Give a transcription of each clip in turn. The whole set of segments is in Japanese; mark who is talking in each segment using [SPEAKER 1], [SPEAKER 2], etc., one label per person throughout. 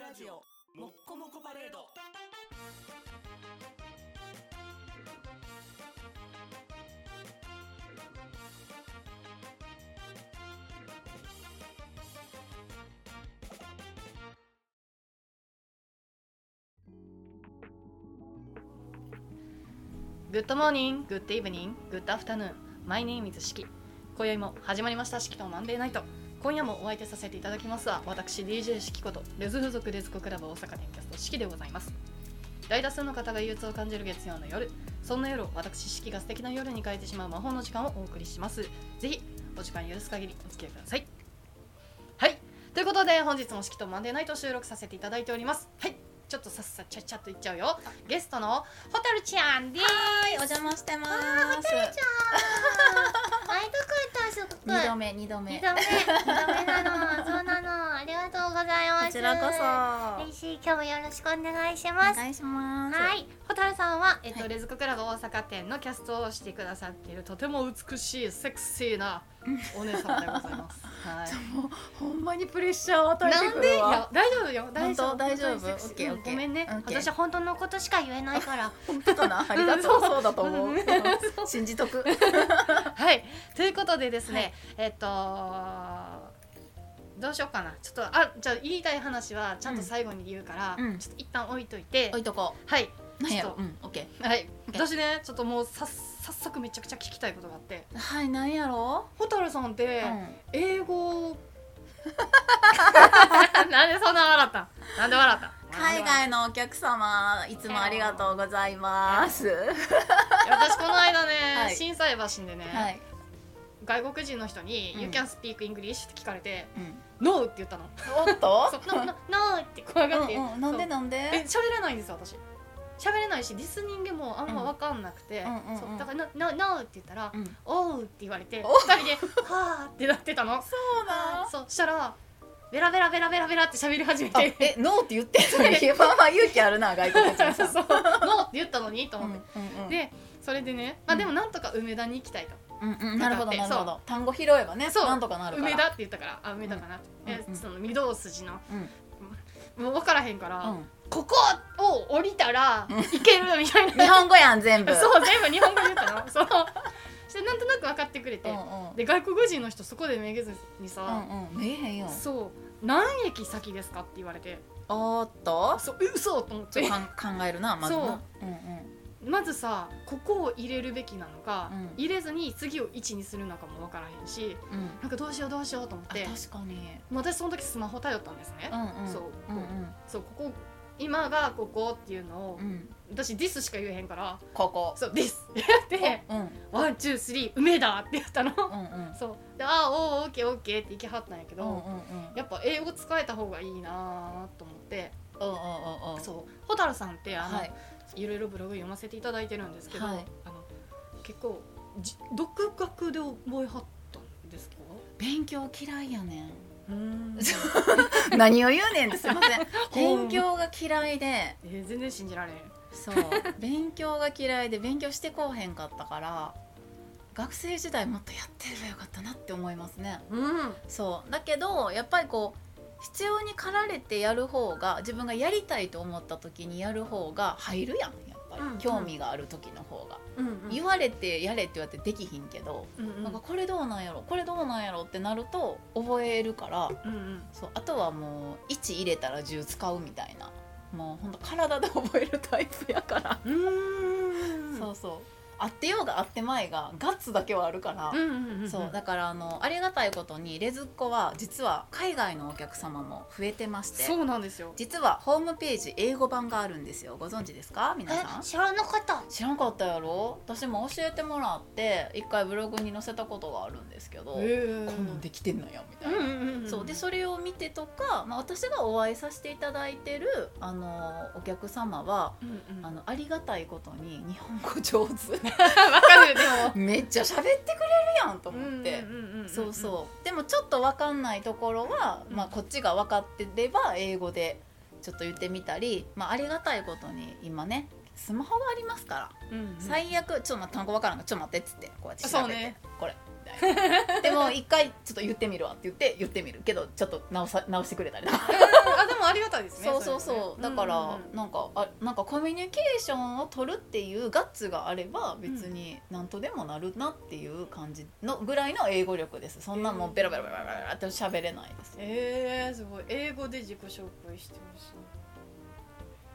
[SPEAKER 1] ラジオもっこもこパレード
[SPEAKER 2] グッドモーニング、グッドイブニング、グッドアフタヌーン、マイネームイズシキ。今宵も始まりました、シキとマンデーナイト。今夜もお相手させていただきますは、私 DJ シキこと、レズ付属レズコクラブ大阪店キャストシキでございます。大多数の方が憂鬱を感じる月曜の夜、そんな夜を私シキが素敵な夜に変えてしまう魔法の時間をお送りします。ぜひ、お時間許す限りお付き合いください。はい、ということで本日もシキとマンデーナイトを収録させていただいております。はい、ちょっとさっさちゃっちゃっといっちゃうよ。ゲストのホタルちゃんです。
[SPEAKER 3] はい、お邪魔してます。あ、ホテルち
[SPEAKER 4] 会いたかったすごく
[SPEAKER 3] 二度目、二度目。
[SPEAKER 4] 二度目二度目なのそうなのありがとうございます
[SPEAKER 3] こちらこそ。
[SPEAKER 4] 嬉しい今日もよろしくお願いし
[SPEAKER 3] お
[SPEAKER 4] ます
[SPEAKER 3] 願いします。
[SPEAKER 4] はい
[SPEAKER 2] 蛍さんは、えっと
[SPEAKER 3] はい
[SPEAKER 2] レズコクラブ大阪店のキャストをしてくださっているとても美しいセクシーなお姉様で ございます。はい、
[SPEAKER 3] ほんまにプレッシャーを与えて
[SPEAKER 2] なん
[SPEAKER 3] く
[SPEAKER 2] でい
[SPEAKER 3] るわ。
[SPEAKER 2] や大丈夫よ大丈夫
[SPEAKER 3] 本当大丈夫
[SPEAKER 2] 本当にセクシー
[SPEAKER 3] OK OK
[SPEAKER 2] ごめんね
[SPEAKER 3] OK
[SPEAKER 2] 私
[SPEAKER 4] 私
[SPEAKER 2] は
[SPEAKER 4] 本当のことしか言えないから
[SPEAKER 3] 本当かな、ありがとう。そうだと思う。信じとく。
[SPEAKER 2] はいということでですね、えっとどうしようかなちょっとあじゃあ言いたい話はちゃんと最後に言うから、
[SPEAKER 3] うん
[SPEAKER 2] ちょっと一旦置いといて、
[SPEAKER 3] 置いとこ
[SPEAKER 2] はい、
[SPEAKER 3] う。なんや
[SPEAKER 2] ちょっ。
[SPEAKER 3] ろう
[SPEAKER 2] と
[SPEAKER 3] ん、オッケ
[SPEAKER 2] はい、
[SPEAKER 3] OK
[SPEAKER 2] 私ねちょっともうさ早速めちゃくちゃ聞きたいことがあって
[SPEAKER 3] ー。はい、なんやろ
[SPEAKER 2] 蛍さんって、
[SPEAKER 3] う。
[SPEAKER 2] 英語 なんでそんな笑ったんなんで笑ったん
[SPEAKER 3] 海外のお客様、いつもありがとうございます。
[SPEAKER 2] いや私この間ね、
[SPEAKER 3] はい
[SPEAKER 2] 心斎橋でね、
[SPEAKER 3] はい。
[SPEAKER 2] 外国人の人に「
[SPEAKER 3] うん
[SPEAKER 2] You can speak English」って聞かれて
[SPEAKER 3] うん。
[SPEAKER 2] 「No」って言ったの
[SPEAKER 3] お
[SPEAKER 2] 「
[SPEAKER 3] っと
[SPEAKER 2] そう。No, no, no」って怖
[SPEAKER 3] う
[SPEAKER 2] がって、
[SPEAKER 3] んうん、なんでなん
[SPEAKER 2] そうえ
[SPEAKER 3] で。
[SPEAKER 2] 喋れないんですよ私喋れないしリスニングもあんま分かんなくて、
[SPEAKER 3] うんうんうんうん
[SPEAKER 2] そうだから「No, no, no」って言ったら「
[SPEAKER 3] うん。
[SPEAKER 2] おう」って言われて
[SPEAKER 3] お
[SPEAKER 2] 二人で「はあ」ってなってたの
[SPEAKER 3] そうなん。
[SPEAKER 2] そうしたらベラベラベラベラベラって喋り始め
[SPEAKER 3] あ
[SPEAKER 2] て
[SPEAKER 3] え、ノーって言ってる。まあまあ勇気あるな、外国
[SPEAKER 2] そ
[SPEAKER 3] 人
[SPEAKER 2] う
[SPEAKER 3] さん。
[SPEAKER 2] そう「ノー」って言ったのにと思って、
[SPEAKER 3] うんうん
[SPEAKER 2] でそれでね、まあ、
[SPEAKER 3] うん
[SPEAKER 2] でもなんとか梅田に行きたいと、
[SPEAKER 3] うんうん、なるほど
[SPEAKER 2] だって
[SPEAKER 3] なるほど単語拾えばね
[SPEAKER 2] そう
[SPEAKER 3] なんとかなるから
[SPEAKER 2] 梅田って言ったからあ梅田かな、
[SPEAKER 3] うん
[SPEAKER 2] え
[SPEAKER 3] うん
[SPEAKER 2] その御堂筋の
[SPEAKER 3] うん
[SPEAKER 2] もう分からへんから、
[SPEAKER 3] うん
[SPEAKER 2] ここを降りたら
[SPEAKER 3] うん
[SPEAKER 2] 行けるみたいな、
[SPEAKER 3] 日本語やん全 部
[SPEAKER 2] そう全部日本語で言ったのそうしてなんとなく分かってくれて、
[SPEAKER 3] うんうん
[SPEAKER 2] で外国人の人そこでめげずにさ、
[SPEAKER 3] うんうん見えへんよ
[SPEAKER 2] そう何駅先ですかって言われて
[SPEAKER 3] おーっ
[SPEAKER 2] あ
[SPEAKER 3] と
[SPEAKER 2] そうえ嘘と思っ
[SPEAKER 3] ちょ
[SPEAKER 2] て
[SPEAKER 3] っとかん考える なまずな
[SPEAKER 2] そう
[SPEAKER 3] うんうん
[SPEAKER 2] まずさここを入れるべきなのか、
[SPEAKER 3] うん
[SPEAKER 2] 入れずに次を1にするのかも分からへんし
[SPEAKER 3] うん
[SPEAKER 2] なんかどうしようどうしようと思っ
[SPEAKER 3] あ
[SPEAKER 2] て
[SPEAKER 3] 確かに
[SPEAKER 2] もう私その時スマホ頼ったんですね、
[SPEAKER 3] うんうん
[SPEAKER 2] そう
[SPEAKER 3] うんうん
[SPEAKER 2] そうここ今がここっていうのを、
[SPEAKER 3] うん
[SPEAKER 2] 私「this」しか言えへんから
[SPEAKER 3] ここ
[SPEAKER 2] そう「this」って やって
[SPEAKER 3] うんうん
[SPEAKER 2] 「ワンツースリー梅だ」って言ったの、
[SPEAKER 3] うん
[SPEAKER 2] そうで「ああおーオッケーオッケー」って行きはったんやけ
[SPEAKER 3] う
[SPEAKER 2] ど、
[SPEAKER 3] んうんうんうん
[SPEAKER 2] やっぱ英語使えた方がいいなーと思って、
[SPEAKER 3] うんうんうん
[SPEAKER 2] そう蛍さんってあの、
[SPEAKER 3] はいい、
[SPEAKER 2] ろいろブログ読ませていただいてるんですけど、
[SPEAKER 3] はい
[SPEAKER 2] あの結構じ独学で覚えはったんですか
[SPEAKER 3] 勉強嫌いやねん
[SPEAKER 2] うーん
[SPEAKER 3] 何を言うねんってすいま せん
[SPEAKER 2] ほん
[SPEAKER 3] 勉強が嫌いで
[SPEAKER 2] えー全然信じられへん
[SPEAKER 3] そう勉強が嫌いで勉強してこうへんかったから学生時代もっとやってればよかったなって思いますね
[SPEAKER 2] うん
[SPEAKER 3] そうだけどやっぱりこう必要に駆られてやる方が自分がやりたいと思った時にやる方が入るやんやっぱり、
[SPEAKER 2] うん
[SPEAKER 3] 興味がある時の方が、
[SPEAKER 2] うん
[SPEAKER 3] 言われてやれって言われてできひんけど、
[SPEAKER 2] うんうん
[SPEAKER 3] なんかこれどうなんやろこれどうなんやろってなると覚えるから
[SPEAKER 2] うんうん
[SPEAKER 3] そうあとはもう1入れたら10使うみたいなもうほんと体で覚えるタイプやから
[SPEAKER 2] うーん
[SPEAKER 3] そうそうあってようがあってまいがガッツだけはあるから、
[SPEAKER 2] うんうんうんうん
[SPEAKER 3] そうだからあのありがたいことにレズっ子は実は海外のお客様も増えてまして
[SPEAKER 2] そうなんですよ
[SPEAKER 3] 実はホームページ英語版があるんですよご存知ですか皆さん
[SPEAKER 4] え知らなかった
[SPEAKER 3] 知らんかったやろ私も教えてもらって一回ブログに載せたことがあるんですけど、
[SPEAKER 2] え
[SPEAKER 3] こんなんできてんのやみた
[SPEAKER 2] う
[SPEAKER 3] い
[SPEAKER 2] ん
[SPEAKER 3] な、
[SPEAKER 2] うんうんん
[SPEAKER 3] そうでそれを見てとか、まあ、私がお会いさせていただいてるあのお客様は
[SPEAKER 2] うんうん
[SPEAKER 3] あのありがたいことに日本語上手
[SPEAKER 2] わかるでも
[SPEAKER 3] めっちゃ喋ってくれるやんと思って、
[SPEAKER 2] うんうんんんん
[SPEAKER 3] そうそうでもちょっと分かんないところは、
[SPEAKER 2] うん
[SPEAKER 3] まあ、こっちが分かってれば英語でちょっと言ってみたり、まあ、ありがたいことに今ねスマホがありますから、
[SPEAKER 2] うんうん
[SPEAKER 3] 最悪ちょっとまあ単語分からんからちょっと待ってっつってこうやって調
[SPEAKER 2] そ
[SPEAKER 3] べて、
[SPEAKER 2] うね
[SPEAKER 3] これみたいでも一回ちょっと言ってみるわって言って言ってみるけどちょっと直さ直してくれたりとか
[SPEAKER 2] あでもありがたいですね
[SPEAKER 3] そうそうそ
[SPEAKER 2] れ
[SPEAKER 3] う、だ
[SPEAKER 2] はね
[SPEAKER 3] から、
[SPEAKER 2] うんうんうん
[SPEAKER 3] なんかあなんかコミュニケーションを取るっていうガッツがあれば別に何とでもなるなっていう感じのぐらいの英語力ですそんなもうベラベラベラベラベラって喋れないです
[SPEAKER 2] えー、すごい英語で自己紹介してほしい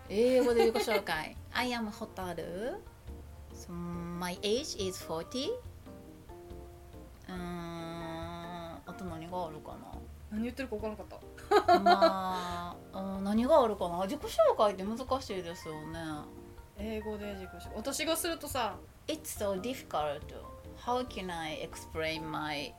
[SPEAKER 3] 英語で自己紹介 I am Hotaru so my age is 40うーんあと何があるかな
[SPEAKER 2] 何言ってるか分からなかった
[SPEAKER 3] まあ、うん何があるかな自己紹介って難しいですよね
[SPEAKER 2] 英語で自己紹介私がするとさ
[SPEAKER 3] It's so difficult How can I explain my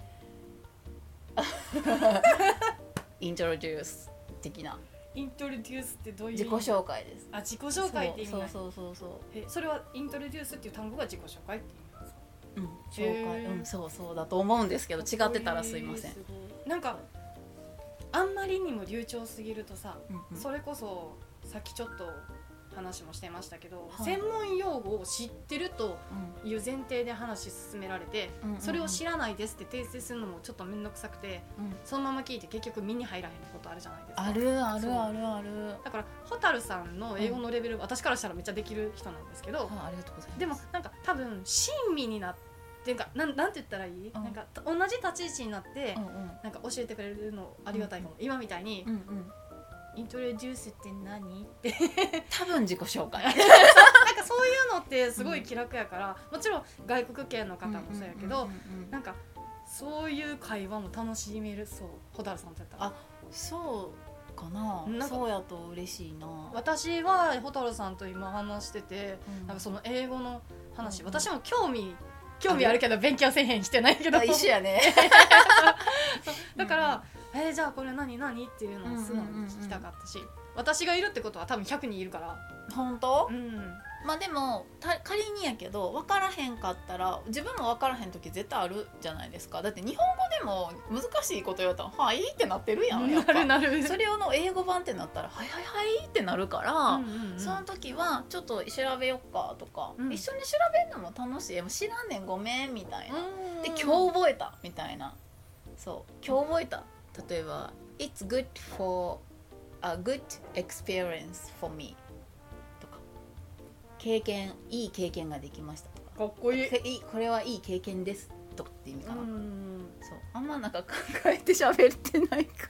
[SPEAKER 3] introduce 的な
[SPEAKER 2] イントロデュースってどういう意
[SPEAKER 3] 自
[SPEAKER 2] 味
[SPEAKER 3] 己紹介です
[SPEAKER 2] あ自己紹介って意味
[SPEAKER 3] そ
[SPEAKER 2] な
[SPEAKER 3] う
[SPEAKER 2] い
[SPEAKER 3] そうそうそ
[SPEAKER 2] えそれはイントロデュースっていう単語が自己紹介っていう意味なんですか
[SPEAKER 3] う、うん、紹介、
[SPEAKER 2] へー
[SPEAKER 3] うん、そうそうだと思うんですけど違ってたらすいません
[SPEAKER 2] えー、すごいなんかあんまりにも流暢すぎるとさ、
[SPEAKER 3] うんうん
[SPEAKER 2] それこそさっきちょっと話もしてましたけど、
[SPEAKER 3] はい
[SPEAKER 2] 専門用語を知ってると
[SPEAKER 3] うん
[SPEAKER 2] いう前提で話進められて、
[SPEAKER 3] うんうんうん
[SPEAKER 2] それを知らないですって訂正するのもちょっと面倒くさくて
[SPEAKER 3] うん
[SPEAKER 2] そのまま聞いて結局身に入らへんことあるじゃないですか
[SPEAKER 3] あるあ
[SPEAKER 2] そう
[SPEAKER 3] るあるある
[SPEAKER 2] だから蛍さんの英語のレベル、私からしたらめっちゃできる人なんですけど、
[SPEAKER 3] あありがとうございます
[SPEAKER 2] でもなんか多分親身になっていうかなんなんて言ったらいい、
[SPEAKER 3] うん
[SPEAKER 2] なんか同じ立ち位置になって、
[SPEAKER 3] うん
[SPEAKER 2] なんか教えてくれるのありがたいかも、今みたいに
[SPEAKER 3] うんうんうん
[SPEAKER 2] 「イントロデュースって 何?」って
[SPEAKER 3] 多分自己 紹介
[SPEAKER 2] なんかそういうのってすごい気楽やから、もちろん外国系の方もそうやけど、
[SPEAKER 3] うんうんうんうん
[SPEAKER 2] なんかそういう会話も楽しめるそう蛍さんとやったら
[SPEAKER 3] あそうかな
[SPEAKER 2] なんか
[SPEAKER 3] そうやと嬉しいな、
[SPEAKER 2] 私は蛍さんと今話してて、
[SPEAKER 3] うん
[SPEAKER 2] なんかその英語の話、
[SPEAKER 3] うん
[SPEAKER 2] 私も興味興味あるけど勉強せえへんしてないけど
[SPEAKER 3] あ一緒やね
[SPEAKER 2] だから、えーじゃあこれ何何っていうのを素直に聞きたかったし、私がいるってことは多分100人いるから、
[SPEAKER 3] 本当
[SPEAKER 2] うん、
[SPEAKER 3] まあでもた仮にやけど分からへんかったら自分も分からへん時絶対あるじゃないですかだって日本語でも難しいこと言われたら「はい」ってなってるやんやっ
[SPEAKER 2] な
[SPEAKER 3] ぱ
[SPEAKER 2] るなる
[SPEAKER 3] それをの英語版ってなったら「はいはいはい」ってなるから、
[SPEAKER 2] うんうんうん
[SPEAKER 3] その時はちょっと調べよっかとか、
[SPEAKER 2] うん
[SPEAKER 3] 一緒に調べるのも楽しいえもう知らんねんごめんみたいな、
[SPEAKER 2] うん
[SPEAKER 3] で今日覚えたみたいなそう今日覚えた例えば「It's good for a good experience for me」とか経験いい経験ができましたとか
[SPEAKER 2] かっこいい
[SPEAKER 3] けいいこれはいい経験ですとかって意味
[SPEAKER 2] う
[SPEAKER 3] かな、
[SPEAKER 2] ん
[SPEAKER 3] そうあんまなんか考えて喋ってないか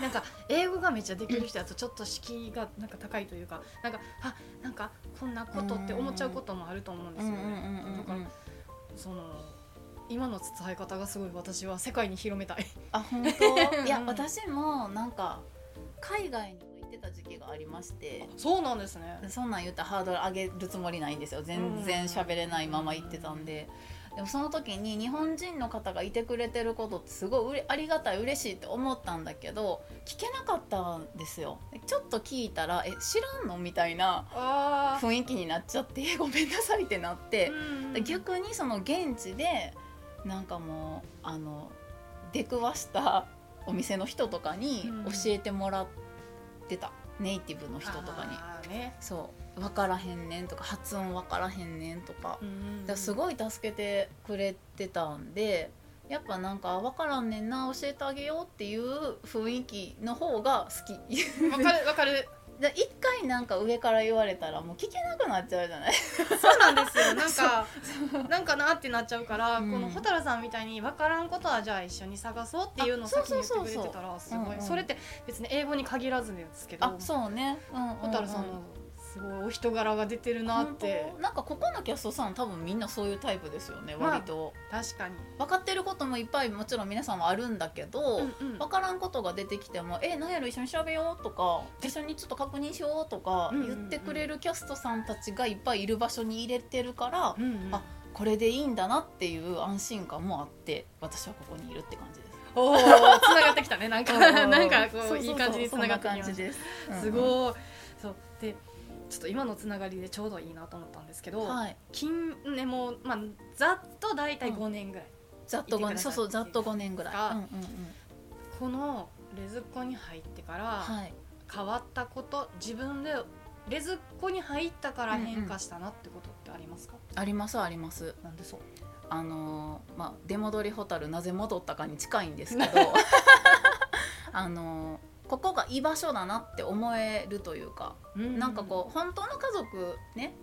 [SPEAKER 2] なんか英語がめっちゃできる人だとちょっと敷居がなんか高いというかなんかあなんかこんなことって思っちゃうこともあると思うんですよねだからその今の伝え方がすごい私は世界に広めたい
[SPEAKER 3] あ本当いや
[SPEAKER 2] うん
[SPEAKER 3] 私もなんか海外に行ってた時期がありまして
[SPEAKER 2] そうなんです ね
[SPEAKER 3] そんなん言ったらハードル上げるつもりないんですよ全然喋れないまま行ってたんで。でもその時に日本人の方がいてくれてることってすごいうれありがたい嬉しいって思ったんだけど聞けなかったんですよちょっと聞いたら「え知らんの?」みたいな
[SPEAKER 2] あ
[SPEAKER 3] 雰囲気になっちゃって「え ごめんなさい」ってなって
[SPEAKER 2] あ
[SPEAKER 3] 逆にその現地でなんかもうあの出くわしたお店の人とかに
[SPEAKER 2] うん
[SPEAKER 3] 教えてもらってた、ネイティブの人とかに
[SPEAKER 2] にね
[SPEAKER 3] そう「分からへんねん」とか「発音分からへんねん」とか,、
[SPEAKER 2] うん
[SPEAKER 3] だからす
[SPEAKER 2] い
[SPEAKER 3] ごい助けてくれてたんでやっぱなんか「分からんねんな教えてあげよう」っていう雰囲気の方が好き
[SPEAKER 2] わかるわかる
[SPEAKER 3] だから一回なんか上から言われたらもう聞けなくなっちゃうじゃない
[SPEAKER 2] そうなんです よなんかなんかなってなっちゃうから、
[SPEAKER 3] うん
[SPEAKER 2] この蛍さんみたいに分からんことはじゃあ一緒に探そうっていうのを
[SPEAKER 3] あ
[SPEAKER 2] 先に言って
[SPEAKER 3] そ
[SPEAKER 2] く
[SPEAKER 3] うそう
[SPEAKER 2] れ
[SPEAKER 3] そうそう
[SPEAKER 2] てたらすごい
[SPEAKER 3] うんうん
[SPEAKER 2] それって別に英語に限らずですけど
[SPEAKER 3] あそうね、うんうんうん
[SPEAKER 2] 蛍さんのすごいお人柄が出てるなって
[SPEAKER 3] 本当なんかここのキャストさん多分みんなそういうタイプですよね
[SPEAKER 2] まあ
[SPEAKER 3] 割と、
[SPEAKER 2] 確かに、
[SPEAKER 3] 分かってることもいっぱいもちろん皆さんはあるんだけど、
[SPEAKER 2] うんうん
[SPEAKER 3] 分からんことが出てきても「え何やろ一緒に調べよう」とか「一緒にちょっと確認しよう」とか
[SPEAKER 2] うんうんう
[SPEAKER 3] 言
[SPEAKER 2] ん
[SPEAKER 3] ってくれるキャストさんたちがいっぱいいる場所に入れてるから、
[SPEAKER 2] うんうん
[SPEAKER 3] あこれでいいんだなっていう安心感もあって私はここにいるって感じ です。
[SPEAKER 2] おおつながってきたね なんかなん かこう
[SPEAKER 3] そそそ
[SPEAKER 2] いい感じにつながってきま
[SPEAKER 3] そんな感
[SPEAKER 2] し
[SPEAKER 3] じです。
[SPEAKER 2] たす
[SPEAKER 3] い、
[SPEAKER 2] ごいそうでちょっと今のつながりでちょうどいいなと思ったんですけど、
[SPEAKER 3] はい
[SPEAKER 2] 近年も、まあ、ざっと大体5年ぐらい、
[SPEAKER 3] ざっと5
[SPEAKER 2] 言ってくだ
[SPEAKER 3] 年
[SPEAKER 2] さいう
[SPEAKER 3] そそうざっと5年ぐらい、
[SPEAKER 2] あ
[SPEAKER 3] うんうんうん
[SPEAKER 2] このレズっ子に入ってから
[SPEAKER 3] はい、
[SPEAKER 2] 変わったこと自分でレズっ子に入ったから変化したなってことってありますか、
[SPEAKER 3] ありますあります
[SPEAKER 2] なんでそう
[SPEAKER 3] あのーまあ、出戻り蛍なぜ戻ったかに近いんですけど あのーここが居場所だなって思えるというかなんかこう本当の家族ね、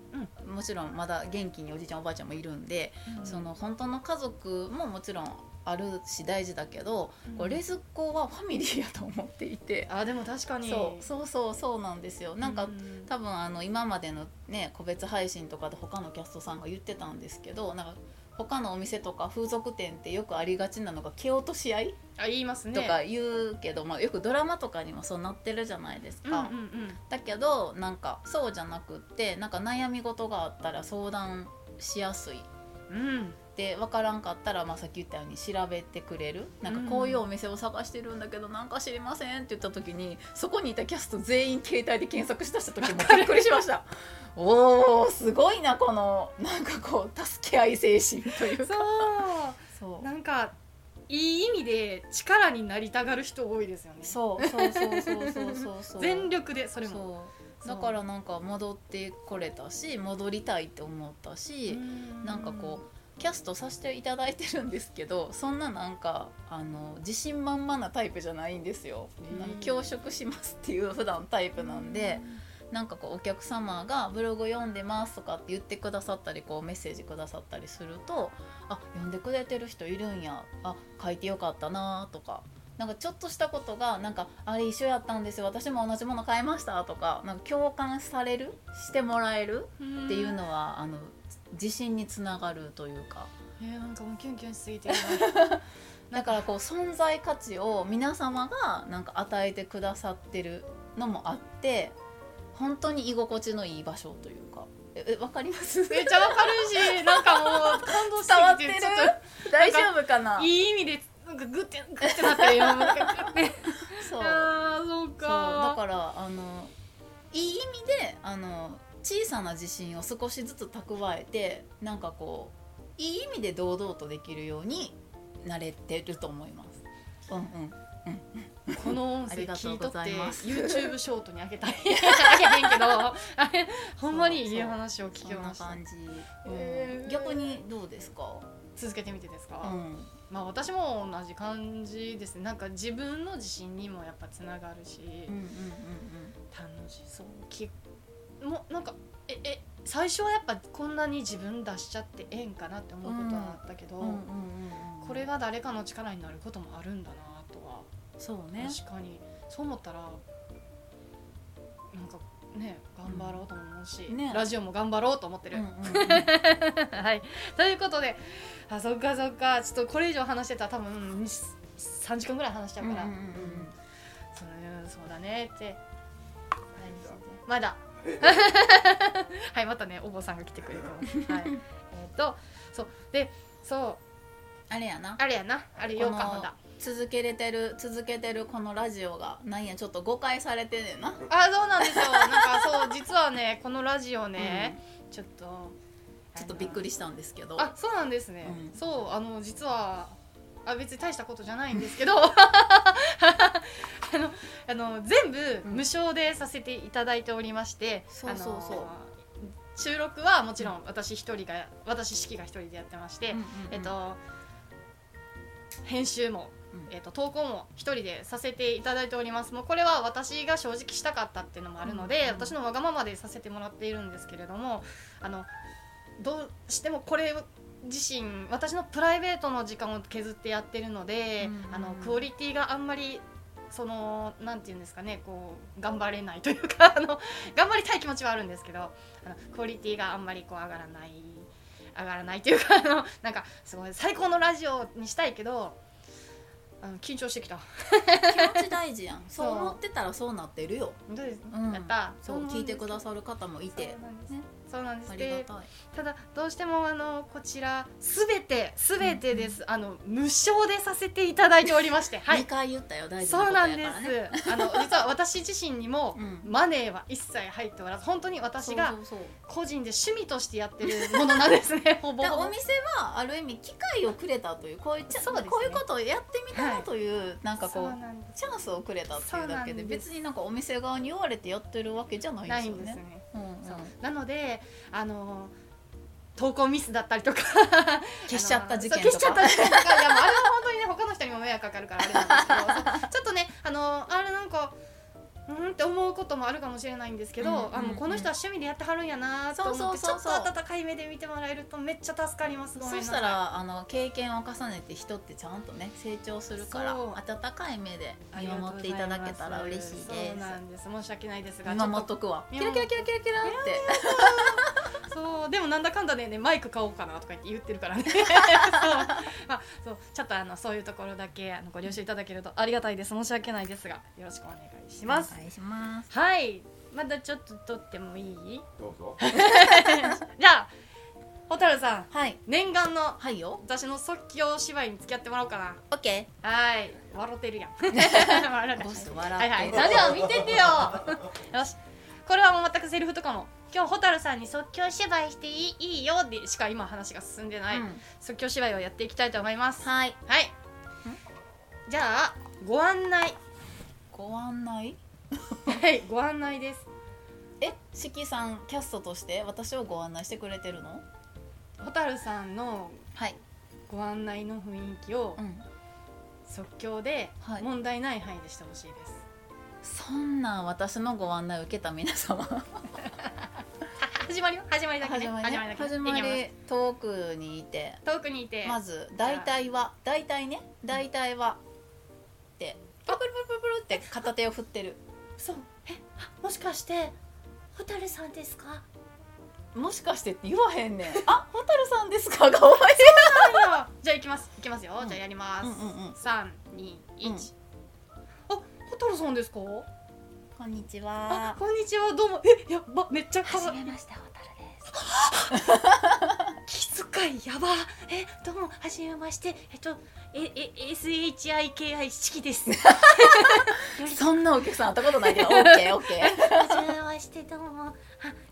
[SPEAKER 3] もちろんまだ元気におじいちゃんおばあちゃんもいるんで、
[SPEAKER 2] うん
[SPEAKER 3] その本当の家族ももちろんあるし大事だけど、こうレズっ子はファミリーやと思ってい て、
[SPEAKER 2] あでも確かに
[SPEAKER 3] そうそうそうそうなんですよなんか、
[SPEAKER 2] うん
[SPEAKER 3] 多分あの今までのね個別配信とかで他のキャストさんが言ってたんですけどなんか他のお店とか風俗店ってよくありがちなのが蹴落とし合い
[SPEAKER 2] あ言いますね
[SPEAKER 3] とか言うけど、まあ、よくドラマとかにもそうなってるじゃないです
[SPEAKER 2] うんうん
[SPEAKER 3] か。だけどなんかそうじゃなくってなんか悩み事があったら相談しやすい
[SPEAKER 2] うんうん
[SPEAKER 3] で分からんかったら、まあ、さっき言ったように調べてくれるなんかこういうお店を探してるんだけどなんか知りませんって言った時にそこにいたキャスト全員携帯で検索しだした時もびっくりしましたおーすごいなこのなんかこう助け合い精神という
[SPEAKER 2] そ
[SPEAKER 3] か
[SPEAKER 2] う
[SPEAKER 3] そう
[SPEAKER 2] なんかいい意味で力になりたがる人多いですよね
[SPEAKER 3] そうそうそうそうそうそうそう
[SPEAKER 2] 全力でそれも
[SPEAKER 3] そうだからなんか戻ってこれたし戻りたいって思ったし、なんかこうキャストさせていただいてるんですけ どそんななんかあの自信満々なタイプじゃないんですよ
[SPEAKER 2] うん。
[SPEAKER 3] なんか恐縮しますっていう普段タイプなんでなんかこうお客様が「ブログ読んでます」とかって言ってくださったりこうメッセージくださったりすると「あ読んでくれてる人いるんやあ書いてよかったな」とか。なんかちょっとしたことがなんかあれ一緒やったんですよ私も同じもの買いましたとかなんか共感されるしてもらえる
[SPEAKER 2] うん
[SPEAKER 3] っていうのはあの自信につながるというか
[SPEAKER 2] えーなんかもうキュンキュンしすぎてる
[SPEAKER 3] だからこう存在価値を皆様がなんか与えてくださってるのもあって本当に居心地のいい場所というかええわかります
[SPEAKER 2] めっちゃわかるしなんかもう感動しす
[SPEAKER 3] 伝わって
[SPEAKER 2] ぎ
[SPEAKER 3] る
[SPEAKER 2] てちょっ
[SPEAKER 3] 大丈夫かな
[SPEAKER 2] といい意味でなんかグッてグッてなってるよ なんかグッて
[SPEAKER 3] そう
[SPEAKER 2] あーそう
[SPEAKER 3] そうだ
[SPEAKER 2] か
[SPEAKER 3] からあのいい意味であの小さな自信を少しずつ蓄えてなんかこういい意味で堂々とできるようになれてると思います。うんうん、
[SPEAKER 2] この音
[SPEAKER 3] あ
[SPEAKER 2] 声
[SPEAKER 3] りがと
[SPEAKER 2] 聞
[SPEAKER 3] う
[SPEAKER 2] いと
[SPEAKER 3] ご
[SPEAKER 2] って
[SPEAKER 3] ざいます
[SPEAKER 2] YouTube ショートにあげ たいあげへんけどあれほんまにいい話を聞
[SPEAKER 3] そ
[SPEAKER 2] き
[SPEAKER 3] んな
[SPEAKER 2] ました
[SPEAKER 3] 感じ、
[SPEAKER 2] えー
[SPEAKER 3] 逆にどうですか、
[SPEAKER 2] 続けてみてですか、
[SPEAKER 3] うん
[SPEAKER 2] まあ私も同じ感じですねなんか自分の自信にもやっぱつながるし、
[SPEAKER 3] うんうん
[SPEAKER 2] 楽しそうきもうなんかええ最初はやっぱこんなに自分出しちゃってええんかなって思うことはあったけど、
[SPEAKER 3] うんうんうんうんうん
[SPEAKER 2] これが誰かの力になることもあるんだなとは、
[SPEAKER 3] そうね
[SPEAKER 2] 確かにそう思ったらなんかね頑張ろうとも思うし、
[SPEAKER 3] うんね
[SPEAKER 2] ラジオも頑張ろうと思ってる。
[SPEAKER 3] うんうんうん
[SPEAKER 2] はい、ということであそっかそっかちょっとこれ以上話してたら多分3時間ぐらい話しちゃうから、
[SPEAKER 3] うんうんうんうん
[SPEAKER 2] そのそうだねって、はい、まだ はいまたねお坊さんが来てくれてます、はい、えっとそうでそう
[SPEAKER 3] あれやな
[SPEAKER 2] あれやなあれようか
[SPEAKER 3] こ
[SPEAKER 2] ほ
[SPEAKER 3] の
[SPEAKER 2] んだ
[SPEAKER 3] 続けれてる続けてるこのラジオがなんやちょっと誤解されてんねんな、
[SPEAKER 2] あそうなんですよなんか そう実はねこのラジオね、ちょっと
[SPEAKER 3] ちょっとびっく
[SPEAKER 2] り
[SPEAKER 3] りしたんですけど
[SPEAKER 2] あそうなんですね、
[SPEAKER 3] うん
[SPEAKER 2] そうあの実はあ別に大したことじゃないんです けどあのあの全部無償でさせていただいておりまして、
[SPEAKER 3] そうそうそう
[SPEAKER 2] あの収録はもちろん私一人が私式が一人でやってまして、
[SPEAKER 3] うんうんうん
[SPEAKER 2] えっと編集も、
[SPEAKER 3] うん
[SPEAKER 2] えっと、投稿も一人でさせていただいておりますもうこれは私が正直したかったっていうのもあるので、
[SPEAKER 3] うんうん
[SPEAKER 2] 私のわがままでさせてもらっているんですけれどもあのどうしてもこれ自身私のプライベートの時間を削ってやってるので、
[SPEAKER 3] うんうん
[SPEAKER 2] あのクオリティがあんまりそのなんていうんですかねこう頑張れないというか あの頑張りたい気持ちはあるんですけどあのクオリティがあんまりこう上がらない上がらないというかあのなんかすごい最高のラジオにしたいけどあの緊張してきた
[SPEAKER 3] 気持ち大事やん
[SPEAKER 2] そう
[SPEAKER 3] そう思ってたらそうなってるよ、
[SPEAKER 2] どうです、
[SPEAKER 3] うん
[SPEAKER 2] やった
[SPEAKER 3] そう聞いてくだ
[SPEAKER 2] さ
[SPEAKER 3] さる方もいてね
[SPEAKER 2] そうなんですそ
[SPEAKER 3] あ
[SPEAKER 2] うなんです
[SPEAKER 3] りが
[SPEAKER 2] で
[SPEAKER 3] たい
[SPEAKER 2] ただどうしてもあのこちらすべてすべてです、あの無償でさせていただいておりましては
[SPEAKER 3] 二
[SPEAKER 2] い
[SPEAKER 3] 回言ったよ大事なこ
[SPEAKER 2] そう
[SPEAKER 3] とや
[SPEAKER 2] な
[SPEAKER 3] か
[SPEAKER 2] んで
[SPEAKER 3] らね
[SPEAKER 2] すあの実は私自身にも
[SPEAKER 3] うん
[SPEAKER 2] マネーは一切入っておらず本当に私が
[SPEAKER 3] そうそうそう
[SPEAKER 2] 個人で趣味としてやってるものなんです ねほぼ
[SPEAKER 3] だから
[SPEAKER 2] ほ
[SPEAKER 3] お
[SPEAKER 2] ぼ
[SPEAKER 3] 店はある意味機会をくれたというこういうちゃ
[SPEAKER 2] そうですね
[SPEAKER 3] こういうことをやってみた
[SPEAKER 2] は
[SPEAKER 3] ら
[SPEAKER 2] い
[SPEAKER 3] という、なんかこ
[SPEAKER 2] そううなんです
[SPEAKER 3] チャンスをくれたっていうだけ
[SPEAKER 2] そうな
[SPEAKER 3] で
[SPEAKER 2] んです
[SPEAKER 3] 別になんかお店側に言われてやってるわけじゃない
[SPEAKER 2] な
[SPEAKER 3] です
[SPEAKER 2] い
[SPEAKER 3] よ
[SPEAKER 2] んです
[SPEAKER 3] ね。
[SPEAKER 2] ね
[SPEAKER 3] うんうん
[SPEAKER 2] そうなのであの投稿ミスだったりとか
[SPEAKER 3] 消しちゃった事件
[SPEAKER 2] そう消し
[SPEAKER 3] と
[SPEAKER 2] ちゃっ
[SPEAKER 3] か
[SPEAKER 2] た事件とかいやもうあれは本当にね他の人にも迷惑かかるからあれなんですけど そうちょっとねあのあれなんかうーんって思うこともあるかもしれないんですけど、
[SPEAKER 3] うんうんうん
[SPEAKER 2] あのこの人は趣味でやってはるんやなと思って
[SPEAKER 3] そうそうそうそう
[SPEAKER 2] ちょっと温かい目で見てもらえるとめっちゃ助かりますごめん
[SPEAKER 3] そ
[SPEAKER 2] な
[SPEAKER 3] し
[SPEAKER 2] さい
[SPEAKER 3] たらあの経験を重ねて人ってちゃんとね成長するから
[SPEAKER 2] そう
[SPEAKER 3] 温かい目で
[SPEAKER 2] あり
[SPEAKER 3] 見
[SPEAKER 2] がとうござ
[SPEAKER 3] 守っていただけたら嬉しい
[SPEAKER 2] ま
[SPEAKER 3] で
[SPEAKER 2] そうな
[SPEAKER 3] す
[SPEAKER 2] んです申し訳ないですが
[SPEAKER 3] 見守っとくわ
[SPEAKER 2] ち
[SPEAKER 3] キ
[SPEAKER 2] ょっ
[SPEAKER 3] ラ
[SPEAKER 2] と
[SPEAKER 3] キラキラキラキラって
[SPEAKER 2] そうでもなんだかんだでねマイク買おうかなとか言って言ってるから ねそう,、まあ、そうちょっとあのそういうところだけあのご了承いただけるとありがたいです申し訳ないですがよろしくお願いします
[SPEAKER 3] お願いします
[SPEAKER 2] はいまだちょっと撮ってもいい
[SPEAKER 5] ど うぞ。
[SPEAKER 2] じゃあ蛍さん
[SPEAKER 3] はい
[SPEAKER 2] 念願の
[SPEAKER 3] はいよ
[SPEAKER 2] 私の即興芝居に付き合ってもらおうか
[SPEAKER 3] オッケ
[SPEAKER 2] なはい笑って るやん笑
[SPEAKER 3] ーボス
[SPEAKER 2] は
[SPEAKER 3] 笑
[SPEAKER 2] いは
[SPEAKER 3] っ
[SPEAKER 2] い、
[SPEAKER 3] てる
[SPEAKER 2] ラジオ見ててよよしこれはもう全くセリフとかも今日蛍さんに即興芝居していいいいよでしか今話が進んでない、
[SPEAKER 3] うん
[SPEAKER 2] 即興芝居をやっていきたいと思いますはい、
[SPEAKER 3] はい
[SPEAKER 2] じゃあご案内
[SPEAKER 3] ご案内
[SPEAKER 2] はいご案内です
[SPEAKER 3] えしきさんキャストとして私をご案内してくれてるの
[SPEAKER 2] 蛍さんの
[SPEAKER 3] はい
[SPEAKER 2] ご案内の雰囲気を
[SPEAKER 3] うん
[SPEAKER 2] 即興で
[SPEAKER 3] はい
[SPEAKER 2] 問題ない範囲でしてほしいです、
[SPEAKER 3] そんなん私のご案内を受けた皆様
[SPEAKER 2] あ始まりよ始まりだけね
[SPEAKER 3] 始まりね
[SPEAKER 2] だけ
[SPEAKER 3] 始ま
[SPEAKER 2] いき
[SPEAKER 3] り遠くにいて
[SPEAKER 2] ます遠くにいて
[SPEAKER 3] まず大体は大体ね大体はってプルプルプルプルって片手を振ってる
[SPEAKER 4] そうえあもしかして蛍さんですか
[SPEAKER 3] もしかしてって言わへんねん あ蛍さんですかが多い
[SPEAKER 2] あじゃあ行きます行きますよ、
[SPEAKER 3] うん
[SPEAKER 2] じゃあやります、
[SPEAKER 3] うんうんうん
[SPEAKER 2] 三二一。あ、蛍さんですか？
[SPEAKER 3] こんにち
[SPEAKER 2] あ
[SPEAKER 3] は、
[SPEAKER 2] こんにちは、どうも。え、やっば、めっちゃか
[SPEAKER 4] は
[SPEAKER 2] わ
[SPEAKER 4] じ
[SPEAKER 2] いい。
[SPEAKER 4] めまして蛍です
[SPEAKER 2] 気遣いやば。
[SPEAKER 4] えどうもはじめましてえっと
[SPEAKER 2] え、え、S H I K I 式です。
[SPEAKER 3] そんなお客さん会ったことないけど OKOK
[SPEAKER 4] はじめましてどうもあ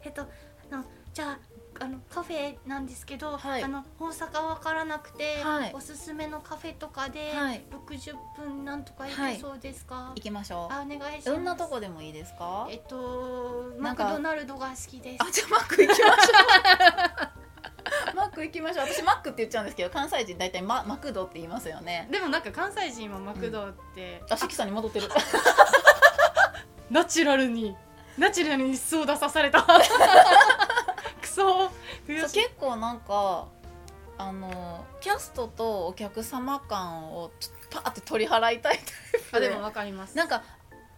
[SPEAKER 4] えっとあのじゃああのカフェなんですけど、
[SPEAKER 3] はい
[SPEAKER 4] あの大阪わからなくて、
[SPEAKER 3] はい
[SPEAKER 4] おすすめのカフェとかで、
[SPEAKER 3] はい
[SPEAKER 4] 60分なんとか行けそうですか、
[SPEAKER 3] 行きましょ
[SPEAKER 4] あお願いします
[SPEAKER 3] うどんなとこでもいいですか
[SPEAKER 4] えっと
[SPEAKER 3] な
[SPEAKER 4] マ
[SPEAKER 3] んか
[SPEAKER 4] クドナルドが好きです
[SPEAKER 3] あじゃあマック行きましょうマック行きましょう私マックって言っちゃうんですけど関西人大体ママクドって言いますよね
[SPEAKER 2] でもなんか関西人はマクドって、
[SPEAKER 3] あしきさんに戻ってる
[SPEAKER 2] ナチュラルにナチュラルに一層出さされ た。くそ。
[SPEAKER 3] そ
[SPEAKER 2] 悔
[SPEAKER 3] う
[SPEAKER 2] しい。
[SPEAKER 3] 結構なんかあのキャストとお客様感をちょっとパーって取り払いたいタイプ
[SPEAKER 2] あ、でもわかります。
[SPEAKER 3] なんか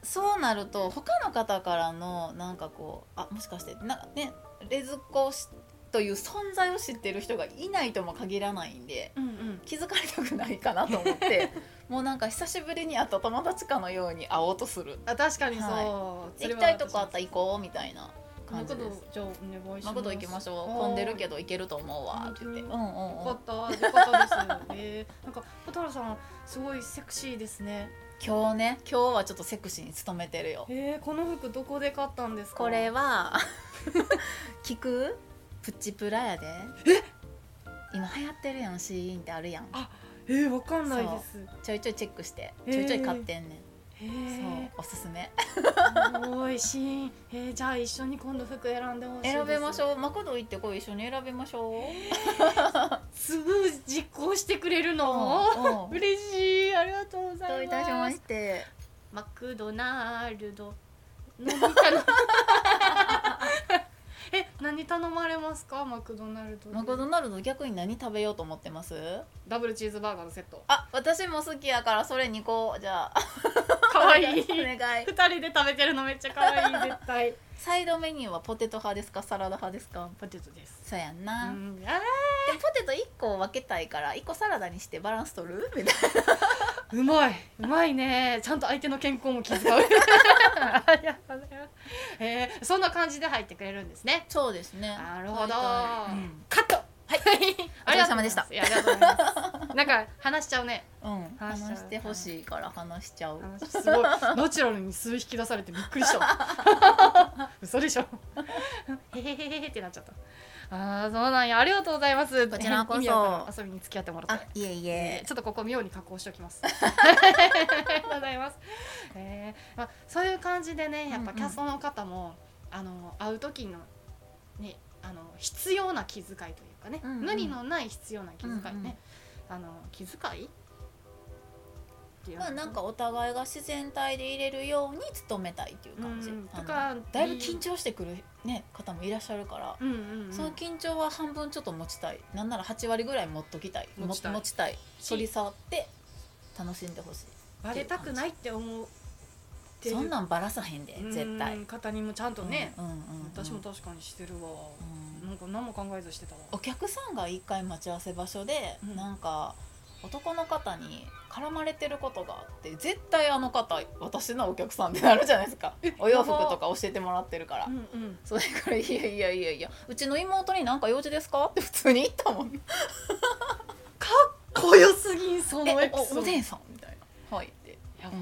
[SPEAKER 3] そうなると他の方からのなんかこうあもしかしてなんかねレズコしという存在を知ってる人がいないとも限らないんで
[SPEAKER 2] うんうん。
[SPEAKER 3] 気づかれたくないかなと思って もうなんか久しぶりに会った友達かのように会おうとする
[SPEAKER 2] あ、確かにそう。
[SPEAKER 3] で行きたいとこあったら行こうみたいな
[SPEAKER 2] マ
[SPEAKER 3] 感じ
[SPEAKER 2] ク
[SPEAKER 3] で
[SPEAKER 2] ド
[SPEAKER 3] す。
[SPEAKER 2] じゃあお願いしま。
[SPEAKER 3] ますこと行きましょう混んでるけど行けると思うわって言ってうんうん
[SPEAKER 2] よ
[SPEAKER 3] う
[SPEAKER 2] か
[SPEAKER 3] ん
[SPEAKER 2] った、よかったです。えー、なんか、蛍さん、すごいセクシーですね。
[SPEAKER 3] 今日ね今日はちょっとセクシーに努めてるよ
[SPEAKER 2] えー、この服どこで買ったんですか。
[SPEAKER 3] これは 聞くプチプラやで今流行ってるやんシーインってあるやん
[SPEAKER 2] えー、わかんないです。
[SPEAKER 3] ちょいちょいチェックして
[SPEAKER 2] へー
[SPEAKER 3] ちょいちょい買ってんねん、
[SPEAKER 2] え
[SPEAKER 3] そう
[SPEAKER 2] ー、
[SPEAKER 3] おすすめ
[SPEAKER 2] すごいシーン。えー、じゃあ、一緒に今度服選んでほしいです。
[SPEAKER 3] 選べまし
[SPEAKER 2] う。
[SPEAKER 3] ょうマクド行ってこう一緒に選びましょう、
[SPEAKER 2] すぐ実行してくれるの。
[SPEAKER 3] うんうん
[SPEAKER 2] 嬉しい、ありがとうございます。
[SPEAKER 3] どういたしまして
[SPEAKER 2] マクドナルド。飲みたの。 え、何頼まれますか、マクドナルドで。
[SPEAKER 3] マクドナルド逆に何食べようと思ってます
[SPEAKER 2] ダブルチーズバーガーのセット。
[SPEAKER 3] あ私も好きやからそれにこうじゃ あ
[SPEAKER 2] 可愛い
[SPEAKER 3] お。願い
[SPEAKER 2] 二人で食べてるのめっちゃ可愛い絶 対
[SPEAKER 3] サイドメニューはポテト派ですかサラダ派ですか
[SPEAKER 2] ポテトです
[SPEAKER 3] そうやん
[SPEAKER 2] う
[SPEAKER 3] な、
[SPEAKER 2] ん、あ
[SPEAKER 3] でポテト1個分けたいから1個サラダにしてバランス取るみたいな
[SPEAKER 2] ーうまいうまいねちゃんと相手の健康も気遣うありがとうございますえー、そんな感じで入ってくれるんですね
[SPEAKER 3] そうですね
[SPEAKER 2] なるほど、
[SPEAKER 3] はい
[SPEAKER 2] カットはい
[SPEAKER 3] お疲れ様でした
[SPEAKER 2] ありがとうございますいやありがとうございますなんか話しちゃうね
[SPEAKER 3] うんうん
[SPEAKER 2] 話
[SPEAKER 3] 話
[SPEAKER 2] しちゃう
[SPEAKER 3] してほしいから話しちゃう
[SPEAKER 2] 話すごいナチュラルに数引き出されてびっくりしたわ 嘘でしょへへへへへってなっちゃったあーそうなんやありがとうございます
[SPEAKER 3] こちらこそ
[SPEAKER 2] 意味わからん遊びに付き合ってもらって
[SPEAKER 3] あいえい
[SPEAKER 2] え
[SPEAKER 3] え
[SPEAKER 2] ーちょっとここ妙に加工しておき ます。ありがとうございます。えーまあ、そういう感じでね、やっ
[SPEAKER 3] うんう
[SPEAKER 2] ぱ
[SPEAKER 3] ん
[SPEAKER 2] キャストの方も、あの会う時のね、あの必要な気遣いというかね、
[SPEAKER 4] うんうん
[SPEAKER 2] 無理のない必要な気遣いね、あの気遣いっていうの
[SPEAKER 3] まあなんかお互いが自然体で入れるように努めたいっていう感じ、
[SPEAKER 2] うんと
[SPEAKER 3] あの
[SPEAKER 2] か
[SPEAKER 3] だいぶ緊張してくる、ね、方もいらっしゃるから、
[SPEAKER 2] うんうんうん
[SPEAKER 3] その緊張は半分ちょっと持ちたいなんなら8割ぐらい持っときたい
[SPEAKER 2] 持ちたい
[SPEAKER 3] も持ちたい取り触って楽しんでほし
[SPEAKER 2] バレたくないって思う
[SPEAKER 3] いそんなんばらさへんで絶対
[SPEAKER 2] うん方にもちゃんとね、
[SPEAKER 3] うんうんうん
[SPEAKER 2] 私も確かにしてるわ、
[SPEAKER 3] うん
[SPEAKER 2] なんか何も考えずしてたわ
[SPEAKER 3] お客さんが一回待ち合わせ場所で、
[SPEAKER 2] うん
[SPEAKER 3] なんか男の方に絡まれてることがあって絶対あの方私のお客さんってなるじゃないですかお洋服とか教えてもらってるから、
[SPEAKER 2] うんうん
[SPEAKER 3] それから「いやいやいやいやうちの妹になんか用事ですか?」って普通に言ったもんね
[SPEAKER 2] こよすぎんそ
[SPEAKER 3] え
[SPEAKER 2] のエピ
[SPEAKER 3] お
[SPEAKER 2] ソード
[SPEAKER 3] お姉さんみたいな「はい」って
[SPEAKER 2] やば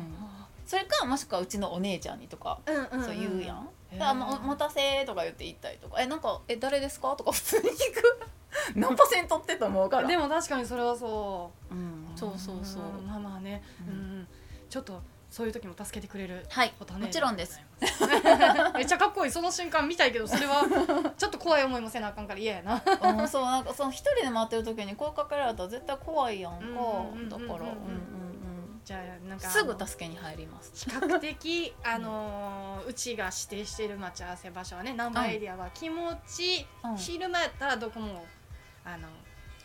[SPEAKER 3] それかもしくはうちのお姉ちゃんにとか、
[SPEAKER 2] うんうんん
[SPEAKER 3] そう言うやん「
[SPEAKER 2] へー
[SPEAKER 3] であまお待たせ」とか言って行ったりとか「えなんかえ誰ですか?」とか普通に聞く 何パーセントってと思うから
[SPEAKER 2] でも確かにそれはそ
[SPEAKER 3] うん
[SPEAKER 2] う
[SPEAKER 3] そうそうそう、
[SPEAKER 2] んまあまあね、う
[SPEAKER 3] うんん
[SPEAKER 2] うんちょっとそういう時も助けてくれる
[SPEAKER 3] はい
[SPEAKER 2] ホタネ
[SPEAKER 3] もちろんです
[SPEAKER 2] でございます めっちゃかっこいいその瞬間見たいけどそれは ちょっと怖い思いもせなあかんから嫌やな
[SPEAKER 3] うん、 そうなんかその一人で待ってる時に声かけられたら絶対怖いやんか、
[SPEAKER 2] うんうんうんうんうん
[SPEAKER 3] だから、うんうんうん、
[SPEAKER 2] じゃあなんか
[SPEAKER 3] すぐ助けに入ります
[SPEAKER 2] 比較的、あのーうちが指定している待ち合わせ場所はね南波エリアは気持ち、
[SPEAKER 3] うん
[SPEAKER 2] 昼間やったらどこもあの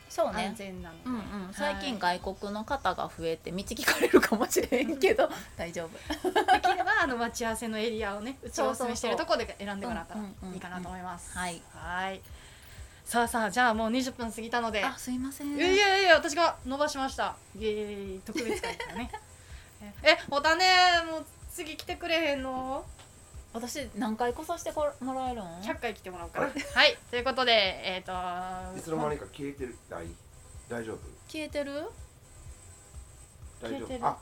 [SPEAKER 3] そう
[SPEAKER 2] 安
[SPEAKER 3] ね
[SPEAKER 2] 全なので、
[SPEAKER 3] うんうん、最近
[SPEAKER 2] は
[SPEAKER 3] 外国の方が増えて道聞かれるかもしれんけど 大丈夫
[SPEAKER 2] いできればあの待ち合わせのエリアをねうちがおすすめしているところで選んでもらったら
[SPEAKER 3] そうそうそう
[SPEAKER 2] いいかなと思います。
[SPEAKER 3] うんうんうんうん
[SPEAKER 2] はいさあさあじゃあもう20分過ぎたので
[SPEAKER 3] あすいません
[SPEAKER 2] いやいやいや私が伸ばしましたイエーイ特別会からねええおたねもう次来てくれへんの
[SPEAKER 3] 私何回来させてこもらえるん
[SPEAKER 2] 100回来てもらおうかなはいということでえっ、と
[SPEAKER 5] いつの間にか消えてるない大丈夫
[SPEAKER 3] 消えてる
[SPEAKER 5] 大丈
[SPEAKER 2] 消えてる
[SPEAKER 5] 夫あ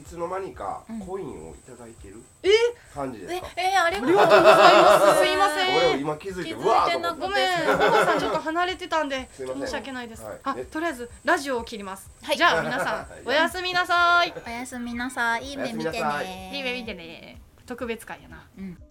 [SPEAKER 5] いつの間にか
[SPEAKER 3] うん
[SPEAKER 5] コインをいただいてる
[SPEAKER 2] え
[SPEAKER 5] 感じです
[SPEAKER 3] え
[SPEAKER 5] か、
[SPEAKER 3] えありがとうございます
[SPEAKER 2] すいません
[SPEAKER 5] 俺も今気づいて
[SPEAKER 3] 気づいてな
[SPEAKER 5] うわーと思っ
[SPEAKER 2] ご
[SPEAKER 5] て
[SPEAKER 2] めん、コバさんちょっと離れてたんで、
[SPEAKER 5] すいません
[SPEAKER 2] 申し訳ないです。
[SPEAKER 5] はい
[SPEAKER 2] あ、
[SPEAKER 5] ね
[SPEAKER 2] とりあえずラジオを切ります。
[SPEAKER 3] はい
[SPEAKER 2] じゃあ皆さん、おやすみなさい。
[SPEAKER 3] おやすみなさいいい目見て
[SPEAKER 5] おやすみなさ
[SPEAKER 3] ね
[SPEAKER 2] いい目見てね。特別会やな。
[SPEAKER 3] うん